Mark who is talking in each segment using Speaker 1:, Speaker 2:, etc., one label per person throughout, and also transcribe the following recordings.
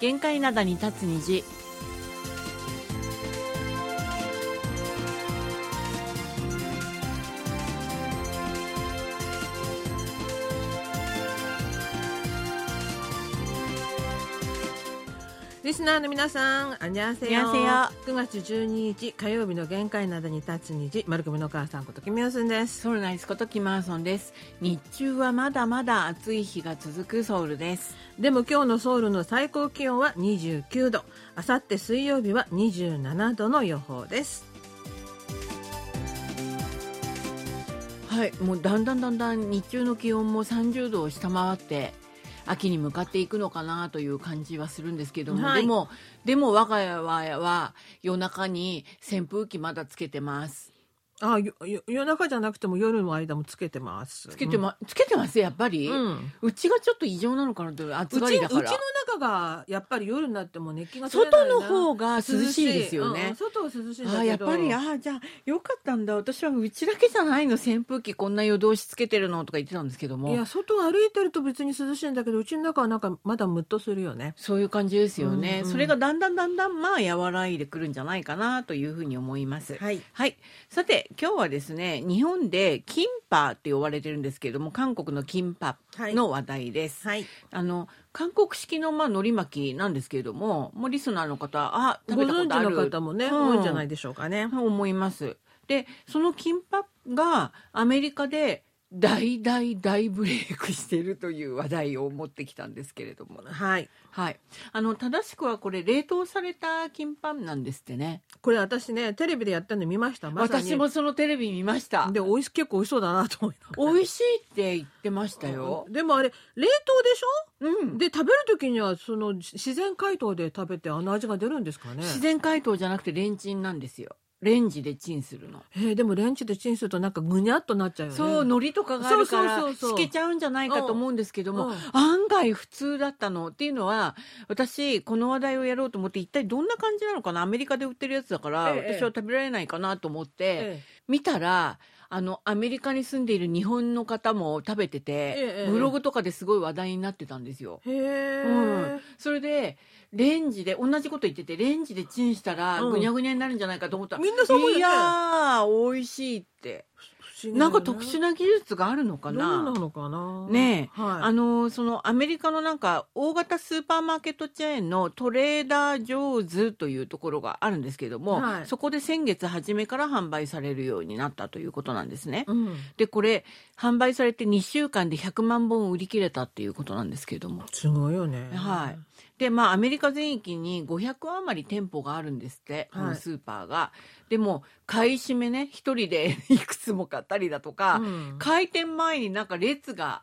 Speaker 1: 限界灘に立つ虹
Speaker 2: リスナーの皆さん、あにゃせよ。
Speaker 1: 안녕하세요
Speaker 2: 9月12日火曜日の限界などに立つ虹、丸組のお母さんことキミヨスンです。
Speaker 1: ソウルナイスことキマーソンです日中はまだまだ暑い日が続くソウルです
Speaker 2: でも今日のソウルの最高気温は29度、あさって水曜日は27度の予報です。
Speaker 1: はいもうだんだんだんだん日中の気温も30度を下回って秋に向かっていくのかなという感じはするんですけども、
Speaker 2: はい
Speaker 1: でもでも我が家は夜中に扇風機まだつけてます
Speaker 2: あ、よよ夜中じゃなくても夜の間もつけてます。
Speaker 1: つけて、ま、つけてますやっぱり、
Speaker 2: う。
Speaker 1: うんちがちょっと異常なのかなと
Speaker 2: う
Speaker 1: 暑
Speaker 2: ち
Speaker 1: が
Speaker 2: う
Speaker 1: り
Speaker 2: ち
Speaker 1: だ
Speaker 2: の
Speaker 1: から
Speaker 2: 中がやっぱり夜になっても熱気が取れな
Speaker 1: 外
Speaker 2: いな
Speaker 1: の方が涼しいですよ
Speaker 2: うんう
Speaker 1: ね
Speaker 2: ん、外は涼しいんだけど
Speaker 1: あーやっぱりあーじゃあよかったんだ私はうちだけじゃないの扇風機こんな夜通しつけてるのとか言ってたんですけど
Speaker 2: い
Speaker 1: も
Speaker 2: や外を歩いてると別に涼しいんだけどうちの中はなんかまだムッとするよね
Speaker 1: そういう感じですよね、
Speaker 2: うんうん
Speaker 1: それがだんだんだんだんまあ和らいでくるんじゃないかなというふうに思いますはい、
Speaker 2: はい
Speaker 1: さて今日はですね日本でキンパって呼ばれてるんですけども韓国のキンパの話題です、
Speaker 2: はい
Speaker 1: あの韓国式のまあ海苔巻きなんですけれどももうリスナーの方あ食べたことある
Speaker 2: ご存知の方もね、
Speaker 1: うん
Speaker 2: 多いんじゃないでしょうかね。
Speaker 1: 思います。で、その金パがアメリカで大大大ブレイクしているという話題を持ってきたんですけれども。
Speaker 2: はい、
Speaker 1: はい。あの、正しくはこれ冷凍された金パなんですってね。
Speaker 2: これ私ねテレビでやったの見ました。まさに
Speaker 1: 私もそのテレビ見ました。
Speaker 2: で美味し結構美味しそうだなと思いながら
Speaker 1: 美味しいって言ってましたよ。
Speaker 2: でもあれ冷凍でし
Speaker 1: うん
Speaker 2: ょ？。で食べる時にはその自自然解凍で食べてあの味が出るんですかね。
Speaker 1: 自然解凍じゃなくてレンチンなんですよ。レンジでチンするの。
Speaker 2: えーでもレンジでチンするとなんかぐにゃっとなっちゃうよね。
Speaker 1: そう、海苔とかがあるから、
Speaker 2: そうそうそうそう
Speaker 1: 透けちゃうんじゃないかと思うんですけど
Speaker 2: うん
Speaker 1: も
Speaker 2: うん、
Speaker 1: 案外普通だったのっていうのは、私、この話題をやろうと思って、一体どんな感じなのかなアメリカで売ってるやつだから、
Speaker 2: ええ
Speaker 1: 私は食べられないかなと思って、
Speaker 2: え
Speaker 1: 見たら、あの、アメリカに住んでいる日本の方も食べてて、
Speaker 2: ええ
Speaker 1: ブログとかですごい話題になってたんですよ。
Speaker 2: えへえ、
Speaker 1: うん、それでレンジで同じこと言っててレンジでチンしたら
Speaker 2: うん
Speaker 1: ぐにゃぐにゃになるんじゃないかと思ったら、
Speaker 2: みんなそう思うよね
Speaker 1: いやー美味しいって
Speaker 2: 不思議だよね
Speaker 1: なんか特殊な技術があるのか
Speaker 2: どうな
Speaker 1: な。
Speaker 2: のかな。
Speaker 1: ね
Speaker 2: え、はい。
Speaker 1: あのそのアメリカのなんか大型スーパーマーケットチェーンのトレーダー・ジョーズというところがあるんですけれども、
Speaker 2: はい
Speaker 1: そこで先月初めから販売されるようになったということなんですね。
Speaker 2: うん、
Speaker 1: でこれ販売されて2週間で100万本売り切れたっていうことなんですけれども。
Speaker 2: すごいよね。
Speaker 1: はい。、でまあアメリカ全域に500余り店舗があるんですって、
Speaker 2: はい
Speaker 1: このスーパーが。でも買い占めね一人で いくつも買ったりだとか、
Speaker 2: うん
Speaker 1: 開店前になんか列が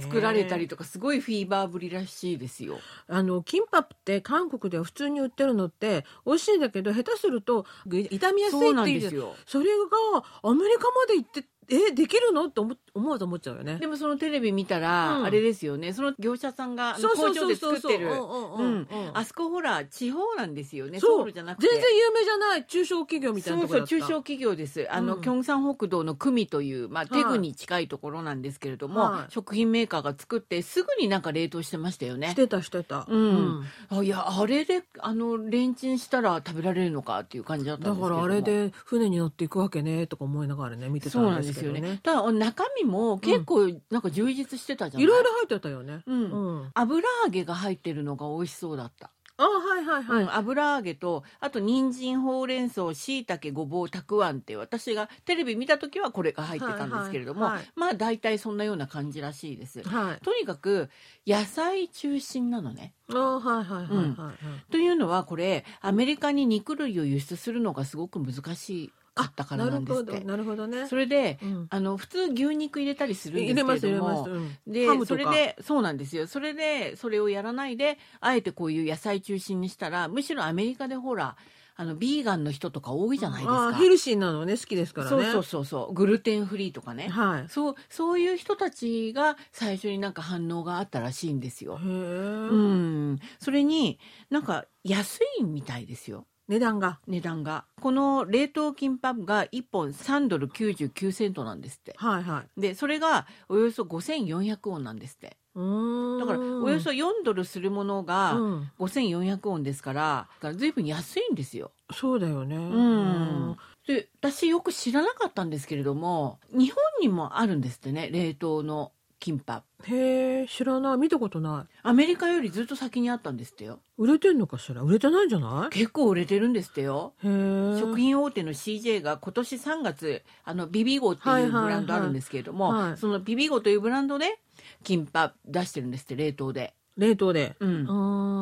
Speaker 1: 作られたりとかすごいフィーバーぶりらしいですよ。
Speaker 2: あのキンパって韓国では普通に売ってるのって美味しいんだけど下手するとぐ傷みやすい
Speaker 1: そうな
Speaker 2: っ
Speaker 1: ん
Speaker 2: てい
Speaker 1: です
Speaker 2: うそ
Speaker 1: よ。
Speaker 2: れがアメリカまで行ってえできるのって思っ思わず思っちゃうよね
Speaker 1: で。もそのテレビ見たら、
Speaker 2: うん
Speaker 1: あれですよねその業者さんがあの工場で作ってる
Speaker 2: うんう
Speaker 1: うん
Speaker 2: うん
Speaker 1: ん
Speaker 2: うん
Speaker 1: あそこほら地方なんですよね
Speaker 2: そう
Speaker 1: ソウルじゃなくて
Speaker 2: 全然有名じゃない中小企業みたいな
Speaker 1: そ
Speaker 2: と
Speaker 1: う
Speaker 2: こ
Speaker 1: そう
Speaker 2: ろだった
Speaker 1: 中小企業ですあの、
Speaker 2: うん
Speaker 1: キョンサン北道の組という、まあ、
Speaker 2: はい
Speaker 1: テグに近いところなんですけれども、
Speaker 2: はい
Speaker 1: 食品メーカーが作ってすぐになんか冷凍してましたよね
Speaker 2: してたしてた、
Speaker 1: うんあいやあれであのレンチンしたら食べられるのかっていう感じだったんです
Speaker 2: だ
Speaker 1: けれ
Speaker 2: か
Speaker 1: ども
Speaker 2: らあれで船に乗っていくわけねとか思いながらね見てた
Speaker 1: そうなん
Speaker 2: んで
Speaker 1: ですす
Speaker 2: けど
Speaker 1: よね
Speaker 2: ね
Speaker 1: ただ中身も結構なんか充実してたじゃない、
Speaker 2: いろいろ入ってたよね、
Speaker 1: うん
Speaker 2: うん、
Speaker 1: 油揚げが入ってるのが美味しそうだった、
Speaker 2: あはいはいはい、
Speaker 1: うん、油揚げとあと人参ほうれん草しいたけごぼうたくあんって私がテレビ見た時はこれが入ってたんですけれども、
Speaker 2: はいはいはい
Speaker 1: まあ大体そんなような感じらしいです
Speaker 2: はい
Speaker 1: とにかく野菜中心なのね
Speaker 2: あはいはいはいはい、はい
Speaker 1: というのはこれアメリカに肉類を輸出するのがすごく難しかったからなんですっ
Speaker 2: なる
Speaker 1: て
Speaker 2: ほどなるほどね
Speaker 1: それで
Speaker 2: うん
Speaker 1: あの普通牛肉入れたりするん
Speaker 2: 入
Speaker 1: で
Speaker 2: れ
Speaker 1: すけ
Speaker 2: ま
Speaker 1: れ
Speaker 2: す入
Speaker 1: ど
Speaker 2: れま
Speaker 1: も
Speaker 2: す、うん
Speaker 1: で
Speaker 2: ハムと
Speaker 1: そ
Speaker 2: か
Speaker 1: れでそうなんですよそれでそれをやらないであえてこういう野菜中心にしたらむしろアメリカでほらあのビーガンの人とか多いじゃないです
Speaker 2: あ
Speaker 1: か
Speaker 2: ーヘルシーなのね好きですからね
Speaker 1: そうそうそうそうグルテンフリーとかね
Speaker 2: はいへ
Speaker 1: そうそういう人たちが最初になんか反応があったらしいんですよ。
Speaker 2: え、
Speaker 1: うん、それになんか安いみたいですよ
Speaker 2: 値段が
Speaker 1: 値段がこの冷凍キンパが1本3ドル99セントなんですって
Speaker 2: はいはい
Speaker 1: でそれがおよそ5400ウォンなんですって
Speaker 2: うーん
Speaker 1: だからおよそ4ドルするものが
Speaker 2: うん
Speaker 1: 5400ウォンですからだから随分安いんですよ。
Speaker 2: そうだよね。
Speaker 1: うんで私よく知らなかったんですけれども日本にもあるんですってね冷凍のキンパ
Speaker 2: へえ、知らない、見たことない。
Speaker 1: アメリカよりずっと先にあったんですってよ
Speaker 2: 売れてんのかしら、売れてないんじゃない。
Speaker 1: 結構売れてるんですってよ
Speaker 2: へえ。
Speaker 1: 食品大手の CJ が今年3月あのビビゴっていうブランドあるんですけれども、
Speaker 2: はいはいはい
Speaker 1: そのビビゴというブランドでキンパ出してるんですって冷凍で、
Speaker 2: 冷凍で。
Speaker 1: うん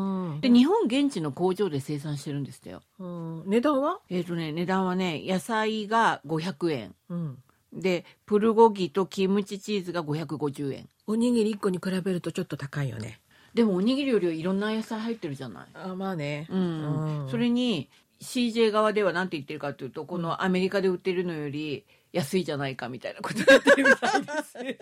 Speaker 2: うん
Speaker 1: で日本現地の工場で生産してるんですってよ
Speaker 2: うん値段は。
Speaker 1: えっ、とね値段はね野菜が500円
Speaker 2: うん。
Speaker 1: でプルゴギとキムチチーズが550円
Speaker 2: おにぎり一個に比べるとちょっと高いよね。
Speaker 1: でもおにぎりよりはいろんな野菜入ってるじゃない
Speaker 2: あ、まあね
Speaker 1: うん
Speaker 2: うん
Speaker 1: それに CJ 側では何て言ってるかというとこのアメリカで売ってるのより安いじゃないかみたいなことになってるみたい で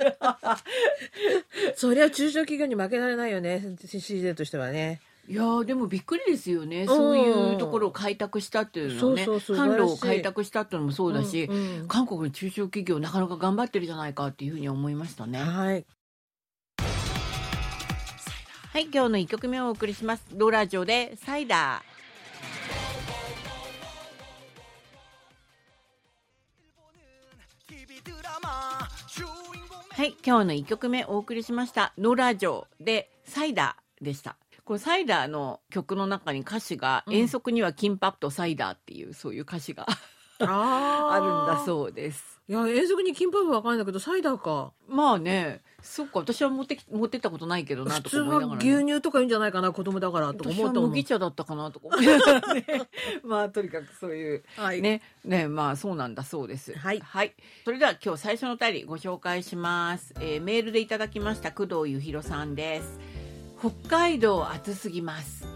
Speaker 1: す。
Speaker 2: そりゃ中小企業に負けられないよね。CJ としてはね。
Speaker 1: いやーでもびっくりですよねそういうところを開拓したっていうのはね
Speaker 2: そうそうそう
Speaker 1: 販路を
Speaker 2: 素晴らしい
Speaker 1: 開拓したっていうのもそうだし、
Speaker 2: うんうん
Speaker 1: 韓国の中小企業なかなか頑張ってるじゃないかっていうふうに思いましたね。
Speaker 2: はい。
Speaker 1: はい、今日の一曲目をお送りします。ドラジオでサイダー。はい、今日の一曲目お送りしました。ノラジオでサイダーでした。このサイダーの曲の中に歌詞が、
Speaker 2: うん
Speaker 1: 遠足には金パッとサイダーっていうそういう歌詞が あ
Speaker 2: あ
Speaker 1: るんだ
Speaker 2: う。
Speaker 1: そうです。
Speaker 2: いや、遠足に金パブわかんないけど、サイダーか。
Speaker 1: まあね、そっか私は持ってき持ってったことないけどな
Speaker 2: 普
Speaker 1: と
Speaker 2: 通
Speaker 1: か思いな
Speaker 2: は
Speaker 1: がら、ね。
Speaker 2: 牛乳とかいいんじゃないかな、子供だからとか
Speaker 1: 私
Speaker 2: 思
Speaker 1: は
Speaker 2: ったもん。
Speaker 1: 麦茶だったかなとか思いながら ね。まあとにかくそういう
Speaker 2: はい
Speaker 1: ね、ね、まあ、そうなんだそうです。
Speaker 2: はい
Speaker 1: それでは、今日最初のお便りご紹介します。えーメールでいただきました、工藤ゆひろさんです。北海道暑すぎ ます。。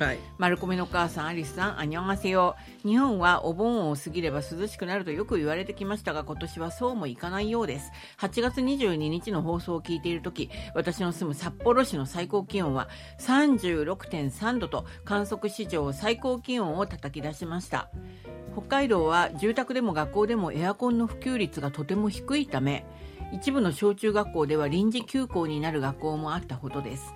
Speaker 2: はいい。
Speaker 1: マルコメのお母さん、アリスさん、アニョンアセヨ。日本はお盆を過ぎれば涼しくなるとよく言われてきましたが、今年はそうもいかないようです。8月22日の放送を聞いているとき、私の住む札幌市の最高気温は36.3度と観測史上最高気温を叩き出しました。北海道は住宅でも学校でもエアコンの普及率がとても低いため一部の小中学校では臨時休校になる学校もあったほどです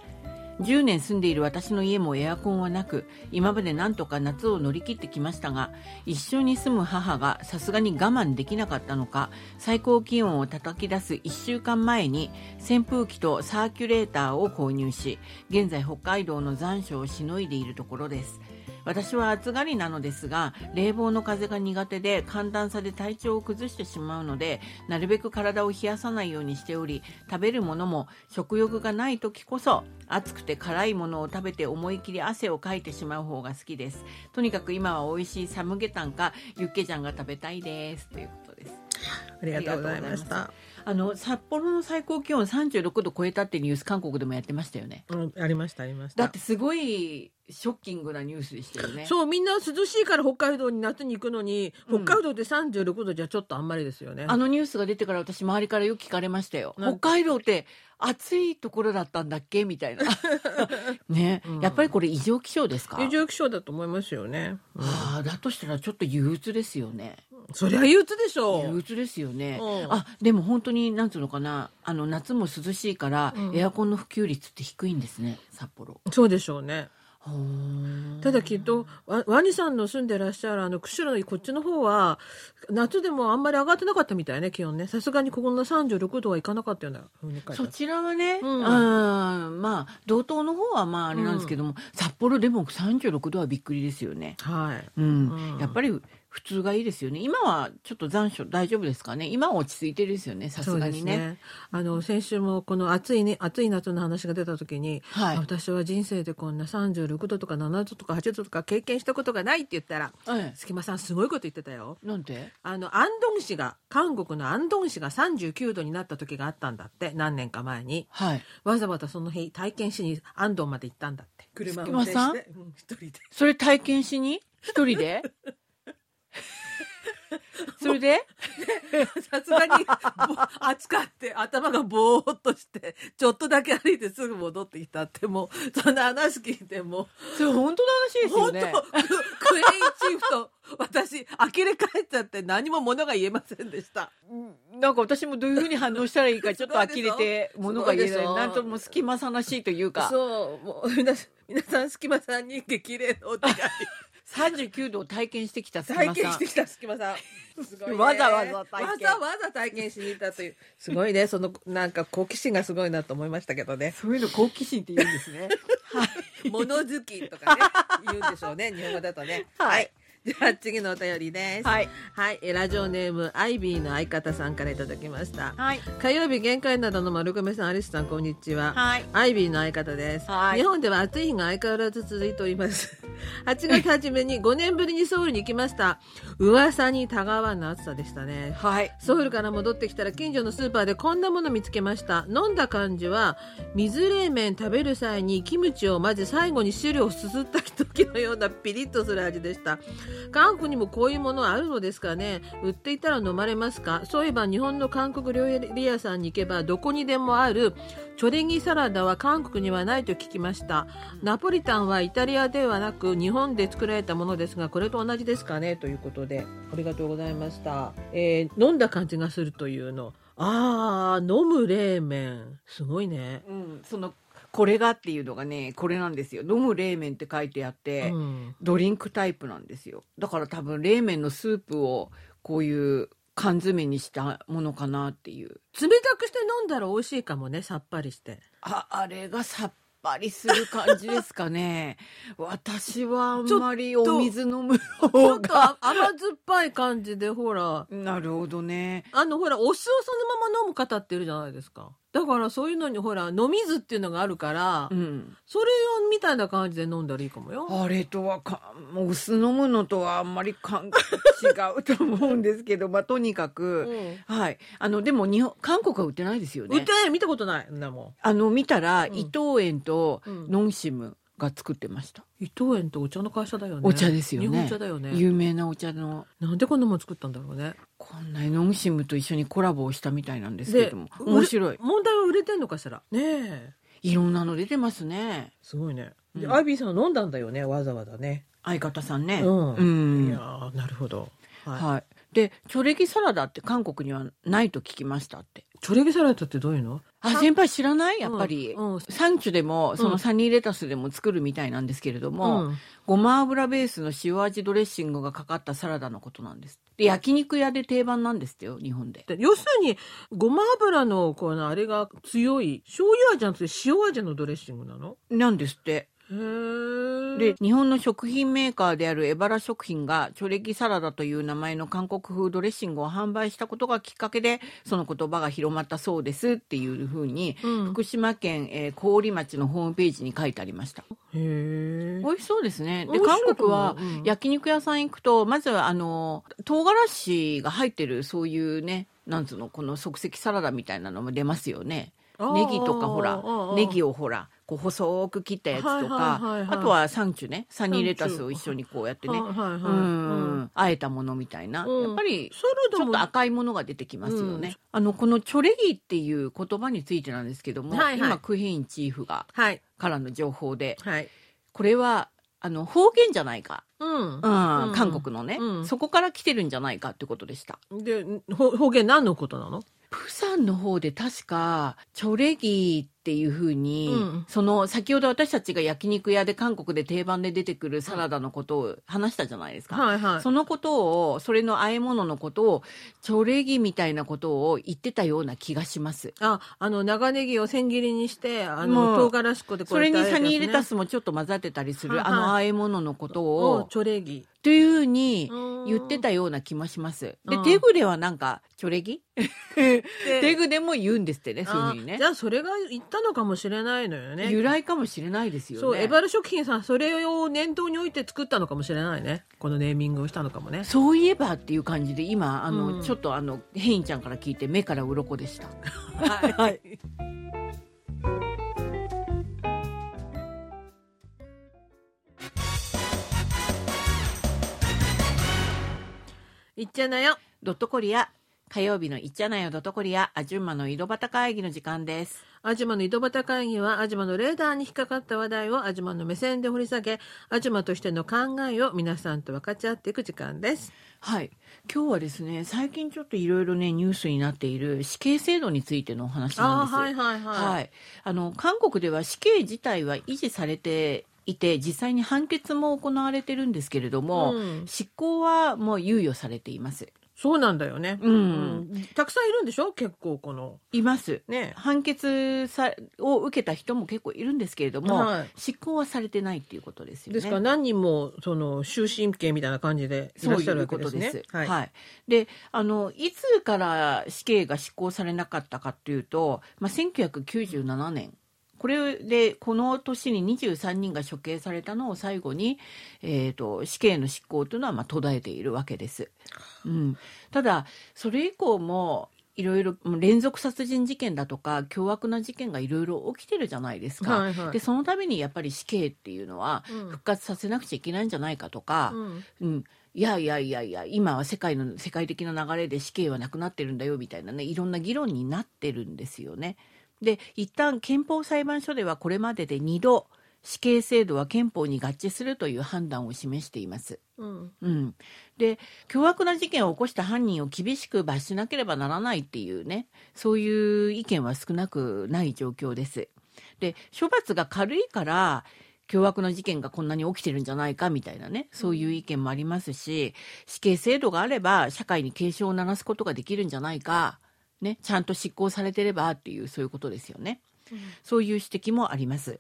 Speaker 1: 10年住んでいる私の家もエアコンはなく今までなんとか夏を乗り切ってきましたが一緒に住む母がさすがに我慢できなかったのか最高気温を叩き出す1週間前に扇風機とサーキュレーターを購入し現在北海道の残暑をしのいでいるところです私は暑がりなのですが冷房の風が苦手で寒暖差で体調を崩してしまうのでなるべく体を冷やさないようにしており食べるものも食欲がない時こそ暑くて辛いものを食べて思い切り汗をかいてしまう方が好きですとにかく今は美味しいサムゲタンかユッケジャンが食べたいですということです
Speaker 2: ありがとうございまし
Speaker 1: あ
Speaker 2: た。
Speaker 1: あの札幌の最高気温36度超えたってニュース韓国でもやってましたよね
Speaker 2: うん、ありました、ありまし
Speaker 1: だ
Speaker 2: た。
Speaker 1: ってすごいショッキングなニュースでしたよね
Speaker 2: そう、みんな涼しいから北海道に夏に行くのに、
Speaker 1: うん
Speaker 2: 北海道で36度じゃちょっとあんまりですよね。
Speaker 1: あのニュースが出てから私周りからよく聞かれましたよ。
Speaker 2: なん
Speaker 1: 北海道って暑いところだったんだっけみたい な。ね、
Speaker 2: うん
Speaker 1: やっぱりこれ異常気象ですか
Speaker 2: 異常気象だと思いますよね。うん
Speaker 1: ああ、だとしたらちょっと憂鬱ですよね。
Speaker 2: そりゃ憂鬱でしょ
Speaker 1: 憂
Speaker 2: う。
Speaker 1: 鬱ですよね
Speaker 2: う。ん
Speaker 1: あ、でも本当になんつうのかな、あの夏も涼しいから、
Speaker 2: うん
Speaker 1: エアコンの普及率って低いんですね、札幌。
Speaker 2: そうでしょうね。
Speaker 1: ほー
Speaker 2: ただきっとワワニさんの住んでらっしゃるあの釧路のこっちの方は夏でもあんまり上がってなかったみたいね気温ねさすがにここの36度はいかなかったようなふうに書いてあ
Speaker 1: そ
Speaker 2: る
Speaker 1: ちらはね、う、
Speaker 2: うんん
Speaker 1: まあ道東の方はまああれなんですけども、札幌でも36度はびっくりですよね。
Speaker 2: は
Speaker 1: う
Speaker 2: い
Speaker 1: ん
Speaker 2: うん
Speaker 1: やっぱり普通がいいですよね。今はちょっと残暑大丈夫ですかね。今は落ち着いてるですよね。さすがにね。
Speaker 2: あの先週もこの暑いね暑い夏の話が出た時に、
Speaker 1: はい
Speaker 2: あ私は人生でこんな36度とか7度とか8度とか経験したことがないって言ったら
Speaker 1: え
Speaker 2: 隙間さんすごいこと言ってたよ
Speaker 1: え、なんて。
Speaker 2: あのアンドン市が韓国のアンドン市が39度になった時があったんだって何年か前に
Speaker 1: はい。
Speaker 2: わざわざその日体験しに安藤まで行ったんだって
Speaker 1: 車
Speaker 2: 車
Speaker 1: を運
Speaker 2: を
Speaker 1: 転して
Speaker 2: うん一人で
Speaker 1: それ体験しに一人で。それで
Speaker 2: さすがに、ぼ暑かって、頭がぼーっとして、ちょっとだけ歩いてすぐ戻ってきたって、もう、そんな話聞いても
Speaker 1: それ本当の話
Speaker 2: う、
Speaker 1: ですよ
Speaker 2: 本当、
Speaker 1: ね。
Speaker 2: ククエイチーフと、私、呆れ返っちゃって何も物が言えませんでした。
Speaker 1: なんか私もどういうふうに反応したらいい かちょっと呆れて
Speaker 2: すごいでしょ
Speaker 1: 物が言えな
Speaker 2: す
Speaker 1: い。
Speaker 2: ごいでしょ
Speaker 1: なんとも隙間さなしいというか、
Speaker 2: そう、もう、皆さん、皆さん、隙間さんに激励のお願い。
Speaker 1: 39度を体験してきた隙
Speaker 2: 体
Speaker 1: 間
Speaker 2: 験
Speaker 1: さ
Speaker 2: し
Speaker 1: ん
Speaker 2: て。きた隙間さん。すごいね
Speaker 1: わざわざ体験
Speaker 2: わざわざ体験しに行ったという。すごいね。その、なんか好奇心がすごいなと思いましたけ どね。
Speaker 1: そういうの好奇心って言うんですね。
Speaker 2: 物好きとかね、言うんでしょうね。日本語だとね。
Speaker 1: はい
Speaker 2: はい。じゃあ次のお便りです。
Speaker 1: はい。
Speaker 2: はい。えラジオネーム、アイビーの相方さんからいただきました。
Speaker 1: はい。
Speaker 2: 火曜日、限界などの丸亀さん、アリスさん、こんにちは。
Speaker 1: はい。
Speaker 2: アイビーの相方です。
Speaker 1: はい
Speaker 2: 日本では暑い日が相変わらず続いております。8月 初めに5年ぶりにソウルに行きました。噂にたがわぬ暑さでしたね。
Speaker 1: はい。
Speaker 2: ソウルから戻ってきたら近所のスーパーでこんなもの見つけました。飲んだ感じは、水冷麺食べる際にキムチを混ぜ最後に汁をすすった時のようなピリッとする味でした。韓国にもこういうものはあるのですかね売っていたら飲まれますかそういえば日本の韓国料理屋さんに行けばどこにでもあるチョレギサラダは韓国にはないと聞きました。ナポリタンはイタリアではなく日本で作られたものですがこれと同じですかねということでありがとうございました、えー飲んだ感じがするというのあー飲む冷麺すごいね、
Speaker 1: うん。その、これがっていうのがね、これなんですよ。飲む冷麺って書いてあって、
Speaker 2: うん
Speaker 1: ドリンクタイプなんですよ。だから多分冷麺のスープをこういう缶詰にしたものかなっていう。
Speaker 2: 冷たくして飲んだら美味しいかもねさっぱりして
Speaker 1: あ、あれがさっぱりする感じですか ね。私はあんまりお水飲む
Speaker 2: ち
Speaker 1: 方
Speaker 2: ょっと
Speaker 1: が。
Speaker 2: あ甘酸っぱい感じでほら
Speaker 1: なるほどね。
Speaker 2: あのほらお酢をそのまま飲む方っているじゃないですかだからそういうのにほら飲み酢っていうのがあるから、
Speaker 1: うん。
Speaker 2: それをみたいな感じで飲んだらいいかもよ
Speaker 1: あれとはか、もうお酢飲むのとはあんまり 感違うと思うんですけど、まあ、とにかく、
Speaker 2: うん
Speaker 1: はい。あの、でも日本、韓国は売ってないですよね。
Speaker 2: 売ってない見たことないんだも
Speaker 1: あの、見たら、
Speaker 2: ん
Speaker 1: 伊藤園と
Speaker 2: うん
Speaker 1: ノンシムが作ってました。
Speaker 2: ん伊藤園ってお茶の会社だよね
Speaker 1: お茶ですよね。
Speaker 2: 日本茶だよね
Speaker 1: 有名なお茶の、
Speaker 2: なんでこんなもん作ったんだろうね
Speaker 1: こんなにノンシムと一緒にコラボをしたみたいなんですけども、
Speaker 2: 売れ
Speaker 1: 面白い。
Speaker 2: 問題は売れてんのかしらねえ
Speaker 1: いろんなの出てますね。
Speaker 2: すごいねで、
Speaker 1: うん
Speaker 2: アイビーさん飲んだんだよねわざわざね
Speaker 1: 相方さんね。
Speaker 2: うん
Speaker 1: うん
Speaker 2: いやーなるほどはい
Speaker 1: はい。で、チョレギサラダって韓国にはないと聞きましたって。
Speaker 2: チョレギサラダってどういうの
Speaker 1: あ、先輩知らないやっぱり。
Speaker 2: うんうん
Speaker 1: サンチュでも、そうの
Speaker 2: ん
Speaker 1: サニーレタスでも作るみたいなんですけれども、
Speaker 2: うん
Speaker 1: ごま油ベースの塩味ドレッシングがかかったサラダのことなんです。で、焼肉屋で定番なんですってよ、日本で。
Speaker 2: で要するにごま油のこのあれが強い醤油味じゃなくて塩味のドレッシングなの
Speaker 1: なんですって。
Speaker 2: へー
Speaker 1: で、日本の食品メーカーであるエバラ食品が、チョレギサラダという名前の韓国風ドレッシングを販売したことがきっかけで、その言葉が広まったそうですっていうふうに、
Speaker 2: うん
Speaker 1: 福島県、えー郡町のホームページに書いてありました。
Speaker 2: へー
Speaker 1: 美味しそうですね。で、
Speaker 2: 美味し
Speaker 1: 韓
Speaker 2: そうだ
Speaker 1: 国
Speaker 2: な
Speaker 1: は
Speaker 2: うん
Speaker 1: 焼肉屋さん行くと、まずはあの、唐辛子が入ってるそういうね、なんつうの、この即席サラダみたいなのも出ますよね。
Speaker 2: あー
Speaker 1: ネギとかほら
Speaker 2: あー、
Speaker 1: ネギをほら、こう細く切ったやつと
Speaker 2: はいはいはい
Speaker 1: か
Speaker 2: は、い
Speaker 1: あとはサンチュね、サニーレタ
Speaker 2: サン
Speaker 1: ス
Speaker 2: チュ
Speaker 1: を一緒にこうやってね、
Speaker 2: はいはいはい
Speaker 1: うん、あえたものみたいな。
Speaker 2: うん
Speaker 1: やっぱり、
Speaker 2: サラ
Speaker 1: ち
Speaker 2: ダ
Speaker 1: ょっ
Speaker 2: も
Speaker 1: と赤いものが出てきますよね。
Speaker 2: うん
Speaker 1: あの、このチョレギっていう言葉についてなんですけども、
Speaker 2: はいはい
Speaker 1: 今、クヒンチーフが、
Speaker 2: はい
Speaker 1: からの情報で、
Speaker 2: はい
Speaker 1: これは、あの、方言じゃないか。
Speaker 2: うん
Speaker 1: うん
Speaker 2: うん
Speaker 1: 韓国のね、
Speaker 2: うん
Speaker 1: そこから来てるんじゃないかってことでした。
Speaker 2: でほ方言何のことなの
Speaker 1: プサンの方で確か、チョレギっていうふうに、
Speaker 2: うん
Speaker 1: その、先ほど私たちが焼肉屋で韓国で定番で出てくるサラダのことを話したじゃないですか。
Speaker 2: はいはい
Speaker 1: そのことを、それの和え物のことを、チョレギみたいなことを言ってたような気がします。
Speaker 2: あ、あの、長ネギを千切りにして、あ
Speaker 1: も
Speaker 2: の、
Speaker 1: う
Speaker 2: 唐辛子粉でこ
Speaker 1: そう
Speaker 2: や
Speaker 1: れ
Speaker 2: って
Speaker 1: に
Speaker 2: あ
Speaker 1: サ
Speaker 2: えたやつね
Speaker 1: ニーレタスもちょっと混ざってたりする、
Speaker 2: はいはい
Speaker 1: あの和え物のこと
Speaker 2: を
Speaker 1: を、
Speaker 2: チョレギ。
Speaker 1: というふうに
Speaker 2: うん
Speaker 1: 言ってたような気もします。で
Speaker 2: う、ん
Speaker 1: 手ぐれはなんか、チョレギ手
Speaker 2: で、
Speaker 1: ぐれも言うんですってね、そういうふうに
Speaker 2: あ
Speaker 1: ね
Speaker 2: じ。ゃあそれが言ったのかもしれないのよね。
Speaker 1: 由来かもしれないですよね。
Speaker 2: そう、エバル食品さん、それを念頭に置いて作ったのかもしれないね。このネーミングをしたのかもね。
Speaker 1: そういえばっていう感じで今あの、
Speaker 2: うん
Speaker 1: ちょっとあのヘインちゃんから聞いて目から鱗でした。
Speaker 2: はい。言っちゃなよ。
Speaker 1: ドットコリア火曜日のいっちゃなよどとこりや、あじゅんまの井戸端会議の時間です。
Speaker 2: アジマの井戸端会議はアジマのレーダーに引っかかった話題をアジマの目線で掘り下げアジマとしての考えを皆さんと分かち合っていく時間です。
Speaker 1: はい。今日はですね、最近ちょっといろいろね、ニュースになっている死刑制度についてのお話なん
Speaker 2: あ
Speaker 1: です。
Speaker 2: ーはいはいはい。
Speaker 1: はい、あの韓国では死刑自体は維持されていて実際に判決も行われてるんですけれども、
Speaker 2: うん
Speaker 1: 執行はもう猶予されています。
Speaker 2: そうなんだよね。
Speaker 1: うん
Speaker 2: うんたくさんいるんでしょ結構この。
Speaker 1: います。
Speaker 2: ね。
Speaker 1: 判決さを受けた人も結構いるんですけれども、
Speaker 2: はい
Speaker 1: 執行はされてないっていうことですよね。
Speaker 2: ですから何人もその終身刑みたいな感じでいらっしゃるわけですね。
Speaker 1: そういうこと
Speaker 2: は
Speaker 1: はいい。で、あの、いつから死刑が執行されなかったかっていうと、まあ、1997年。これで、この年に23人が処刑されたのを最後に、えっ、と、死刑の執行というのは、まあ、途絶えているわけです。うん。ただ、それ以降も、いろいろもう連続殺人事件だとか凶悪な事件がいろいろ起きてるじゃないですか、
Speaker 2: はいはい
Speaker 1: でそのためにやっぱり死刑っていうのは
Speaker 2: うん
Speaker 1: 復活させなくちゃいけないんじゃないかとか、
Speaker 2: うん
Speaker 1: うん、いやいやいやいや今は世界の世界的な流れで死刑はなくなってるんだよみたいなねいろんな議論になってるんですよね。で一旦憲法裁判所ではこれまでで2度死刑制度は憲法に合致するという判断を示しています。
Speaker 2: うん
Speaker 1: うん、で凶悪な事件を起こした犯人を厳しく罰しなければならないっていうねそういう意見は少なくない状況です。で処罰が軽いから凶悪な事件がこんなに起きてるんじゃないかみたいなねそういう意見もありますし死刑制度があれば社会に警鐘を鳴らすことができるんじゃないか、ね、ちゃんと執行されてればっていうそういうことですよね。そういう指摘もあります。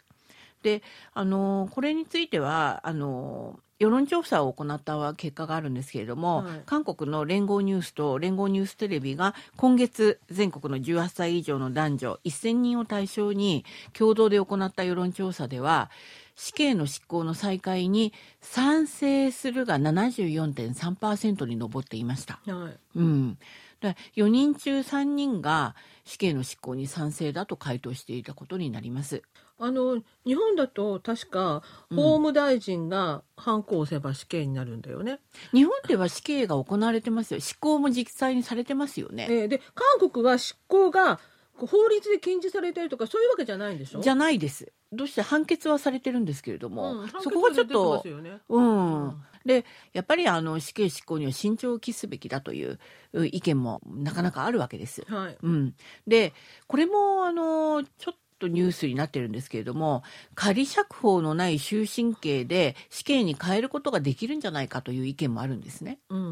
Speaker 1: で、あのこれについてはあの世論調査を行った結果があるんですけれども、
Speaker 2: はい
Speaker 1: 韓国の連合ニュースと連合ニューステレビが今月全国の18歳以上の男女1000人を対象に共同で行った世論調査では死刑の執行の再開に賛成するが74.3%に上っていました。
Speaker 2: はい
Speaker 1: うん、だ4人中3人が死刑の執行に賛成だと回答していたことになります。
Speaker 2: あの日本だと確か法務大臣が犯行を押せば死刑になるんだよね。
Speaker 1: 日本では死刑が行われてますよ。執行も実際にされてますよね。
Speaker 2: えーで韓国は執行がこう法律で禁止されてるとかそういうわけじゃないんでしょ
Speaker 1: じゃないです。どうして判決はされてるんですけれども、
Speaker 2: うん
Speaker 1: そこがちょっと
Speaker 2: 判決。は出てますよね
Speaker 1: うん、でやっぱりあの死刑執行には慎重を期すべきだというう意見もなかなかあるわけです。
Speaker 2: はい
Speaker 1: うん、でこれもあのちょっとニュースになってるんですけれども仮釈放のない終身刑で死刑に変えることができるんじゃないかという意見もあるんですね。
Speaker 2: うん
Speaker 1: う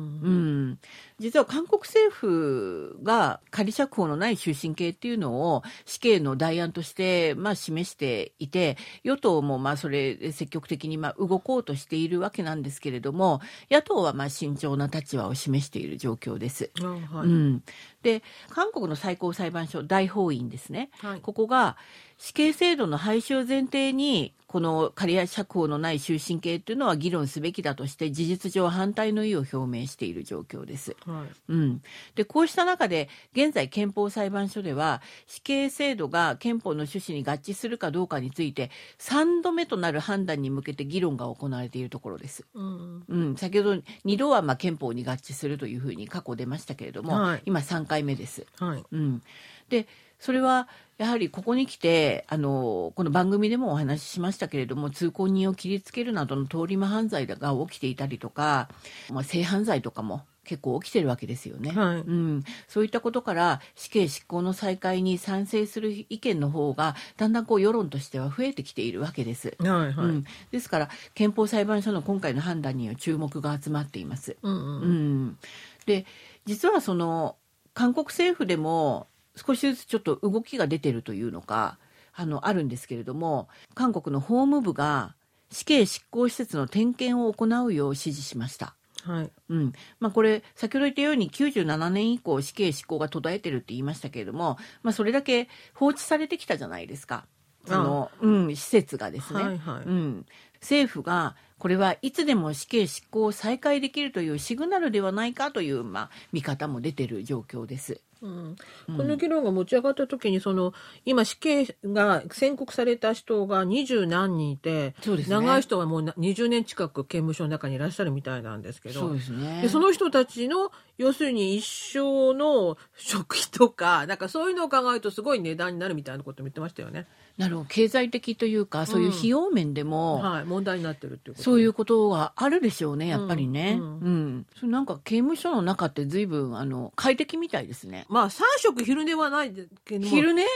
Speaker 1: ん、実は韓国政府が仮釈放のない終身刑っていうのを死刑の代案としてまあ示していて与党もまあそれで積極的にまあ動こうとしているわけなんですけれども野党はまあ慎重な立場を示している状況です。
Speaker 2: あは
Speaker 1: う
Speaker 2: い
Speaker 1: ん、で韓国の最高裁判所大法院ですね
Speaker 2: はい
Speaker 1: ここが死刑制度の廃止を前提にこの仮釈放のない終身刑というのは議論すべきだとして事実上反対の意を表明している状況です。
Speaker 2: はい
Speaker 1: うん、でこうした中で現在憲法裁判所では死刑制度が憲法の趣旨に合致するかどうかについて3度目となる判断に向けて議論が行われているところです。
Speaker 2: うん
Speaker 1: うん、先ほど2度はまあ憲法に合致するというふうに過去出ましたけれども、
Speaker 2: はい
Speaker 1: 今3回目です。
Speaker 2: はい
Speaker 1: うん、でそれはやはりここに来てあのこの番組でもお話ししましたけれども通行人を切りつけるなどの通り魔犯罪が起きていたりとか、まあ、性犯罪とかも結構起きてるわけですよね。
Speaker 2: はい
Speaker 1: うん、そういったことから死刑執行の再開に賛成する意見の方がだんだんこう世論としては増えてきているわけです。
Speaker 2: はいは
Speaker 1: う
Speaker 2: い
Speaker 1: ん、ですから憲法裁判所の今回の判断には注目が集まっています。
Speaker 2: うん
Speaker 1: う
Speaker 2: うん
Speaker 1: ん、で実はその韓国政府でも少しずつちょっと動きが出てるというのかあのあるんですけれども韓国の法務部が死刑執行施設の点検を行うよう指示しました。
Speaker 2: はい
Speaker 1: うんまあ、これ先ほど言ったように97年以降死刑執行が途絶えてるって言いましたけれども、まあ、それだけ放置されてきたじゃないですかその、うん、施設がですね、
Speaker 2: はいはい
Speaker 1: うん、政府がこれはいつでも死刑執行を再開できるというシグナルではないかという、まあ、見方も出てる状況です。
Speaker 2: うん
Speaker 1: うん
Speaker 2: この議論が持ち上がった時にその今死刑が宣告された人が二十何人いて、
Speaker 1: そうですね
Speaker 2: 長い人はもうな20年近く刑務所の中にいらっしゃるみたいなんですけど
Speaker 1: そうですね
Speaker 2: でその人たちの要するに一生の食費とか なんかそういうのを考えるとすごい値段になるみたいなことも言ってましたよね。
Speaker 1: なるほど経済的というかそういう費用面でも、
Speaker 2: はい、問題になってるっていうこと
Speaker 1: そういうことはあるでしょうね、やっぱりね。う
Speaker 2: うんん。
Speaker 1: それなんか刑務所の中って随分、あの、快適みたいですね。
Speaker 2: まあ3食昼寝はないけど
Speaker 1: 昼 寝、
Speaker 2: は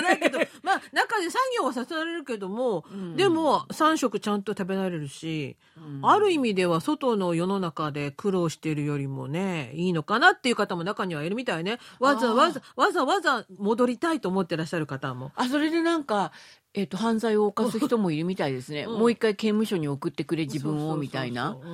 Speaker 2: ないけどまあ中で作業はさせられるけども、
Speaker 1: うん
Speaker 2: で、も3食ちゃんと食べられるし。
Speaker 1: うん
Speaker 2: ある意味では外の世の中で苦労しているよりもねいいのかなっていう方も中にはいるみたいねわざわざわざわざ戻りたいと思ってらっしゃる方も。
Speaker 1: あ、それでなんか、えっ、と、犯罪を犯す人もいるみたいですね。
Speaker 2: うん
Speaker 1: もう一回刑務所に送ってくれ、自分を、みたい
Speaker 2: そ
Speaker 1: な
Speaker 2: う。そうそう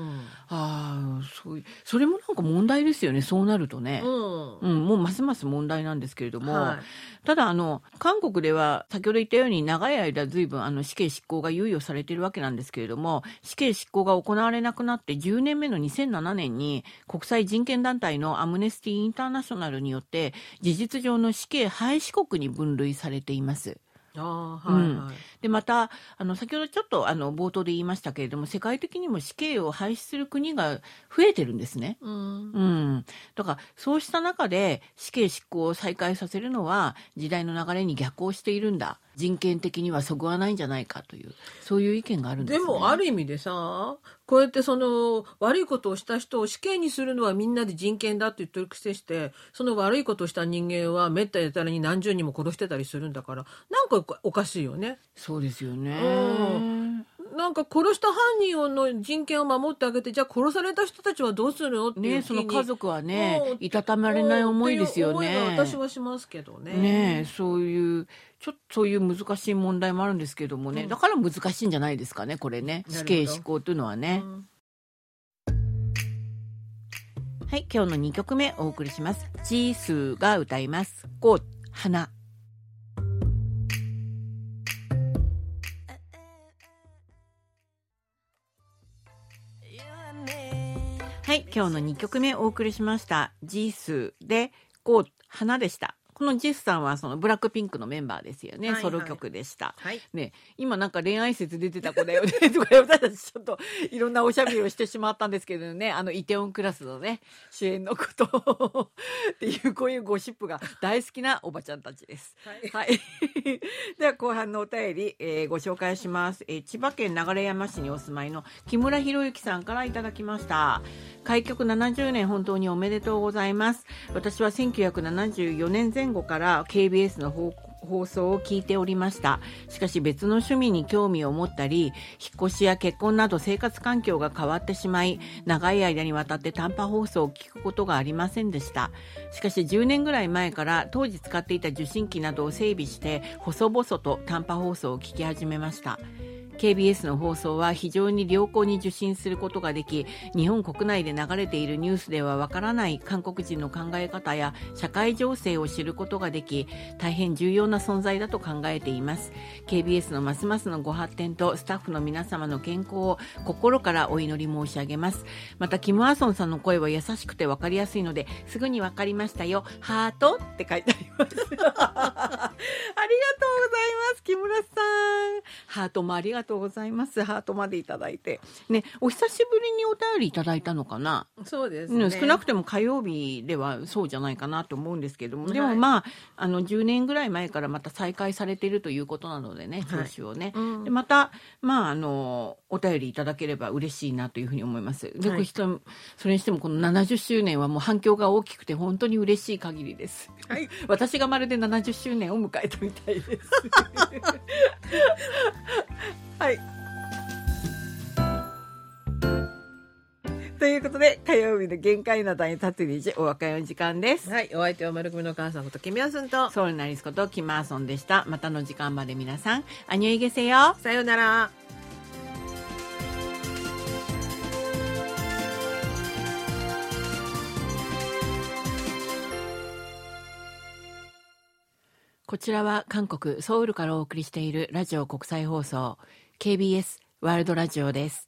Speaker 1: ああ、そういう、それもなんか問題ですよね、そうなるとね。
Speaker 2: そううん
Speaker 1: うん、もうますます問題なんですけれども、
Speaker 2: はい
Speaker 1: ただあの韓国では先ほど言ったように長い間ずいぶんあの死刑執行が猶予されているわけなんですけれども死刑執行が行われなくなって10年目の2007年に国際人権団体のアムネスティ・インターナショナルによって事実上の死刑廃止国に分類されています。
Speaker 2: あーはいはい
Speaker 1: でまたあの先ほどちょっとあの冒頭で言いましたけれども世界的にも死刑を廃止する国が増えてるんですね。
Speaker 2: うん
Speaker 1: うん、だからそうした中で死刑執行を再開させるのは時代の流れに逆行しているんだ人権的にはそぐわないんじゃないかというそういう意見があるんです、
Speaker 2: で
Speaker 1: ね、
Speaker 2: もある意味でさこうやってその悪いことをした人を死刑にするのはみんなで人権だって言ってるくせしてその悪いことをした人間はめったやたらに何十人も殺してたりするんだからなんかおかしいよね。
Speaker 1: そうですよね
Speaker 2: うなんか殺した犯人をの人権を守ってあげてじゃあ殺された人たちはどうするのっていう
Speaker 1: ね
Speaker 2: 気
Speaker 1: そ
Speaker 2: に
Speaker 1: の家族はね
Speaker 2: うん
Speaker 1: いたたまれない思いですよね。
Speaker 2: うんっていう思いが私はしますけどね。
Speaker 1: ねえそういうちょっとそういう難しい問題もあるんですけどもね、
Speaker 2: うん
Speaker 1: だから難しいんじゃないですかねこれね
Speaker 2: なるほど
Speaker 1: 死刑執行というのは
Speaker 2: う
Speaker 1: ね、
Speaker 2: ん
Speaker 1: はい今日の2曲目お送りしますチースーが歌います「こう花」はい今日の2曲目お送りしましたジースーで「こう花」でしたこのジースさんはそのブラックピンクのメンバーですよね、
Speaker 2: はいは
Speaker 1: ソ
Speaker 2: い
Speaker 1: ロ曲でした
Speaker 2: はい
Speaker 1: ね、今なんか恋愛説出てた子だよねとか私たちちょっといろんなおしゃべりをしてしまったんですけどねあのイテオンクラスのね主演のことをっていうこういうゴシップが大好きなおばちゃんたちです。
Speaker 2: はい
Speaker 1: はい、 では後半のお便り、えーご紹介します、えー千葉県流山市にお住まいの木村博之さんからいただきました開局70年本当におめでとうございます私は1974年前後から KBS の放放送を聞いておりましたしかし別の趣味に興味を持ったり引っ越しや結婚など生活環境が変わってしまい長い間にわたって短波放送を聞くことがありませんでしたしかし10年ぐらい前から当時使っていた受信機などを整備して細々と短波放送を聞き始めました KBS の放送は非常に良好に受信することができ日本国内で流れているニュースではわからない韓国人の考え方や社会情勢を知ることができ大変重要な存在だと考えています KBS のますますのご発展とスタッフの皆様の健康を心からお祈り申し上げますまたキム・アソンさんの声は優しくてわかりやすいのですぐにわかりましたよハートって書いてあります ありがとうございます木村さんハートもありがとうございますハートまでいただいてねお久しぶりにお便りいただいたのかな
Speaker 2: そうです
Speaker 1: う
Speaker 2: ね。
Speaker 1: ん、少なくとも火曜日ではそうじゃないかなと思うんですけども、で
Speaker 2: は
Speaker 1: も
Speaker 2: い
Speaker 1: まああの10年ぐらい前からまた再開されているということなのでね
Speaker 2: はい
Speaker 1: 聴取をね、
Speaker 2: うん
Speaker 1: でまた、まあ、あのお便りいただければ嬉しいなというふうに思いますよく人、それにしてもこの70周年はもう反響が大きくて本当に嬉しい限りです、
Speaker 2: はい
Speaker 1: 私がまるで70周年を迎えたみたいです はいということで火曜日の限界な段に立つ日お別れの時間です
Speaker 2: はい、お相手は丸組のお母さんこと、キミヤスンと、
Speaker 1: ソウルナリスことキマーソンでしたまたの時間まで皆さんアニュイゲセよ
Speaker 2: さようなら。
Speaker 1: こちらは韓国ソウルからお送りしているラジオ国際放送 KBS ワールドラジオです。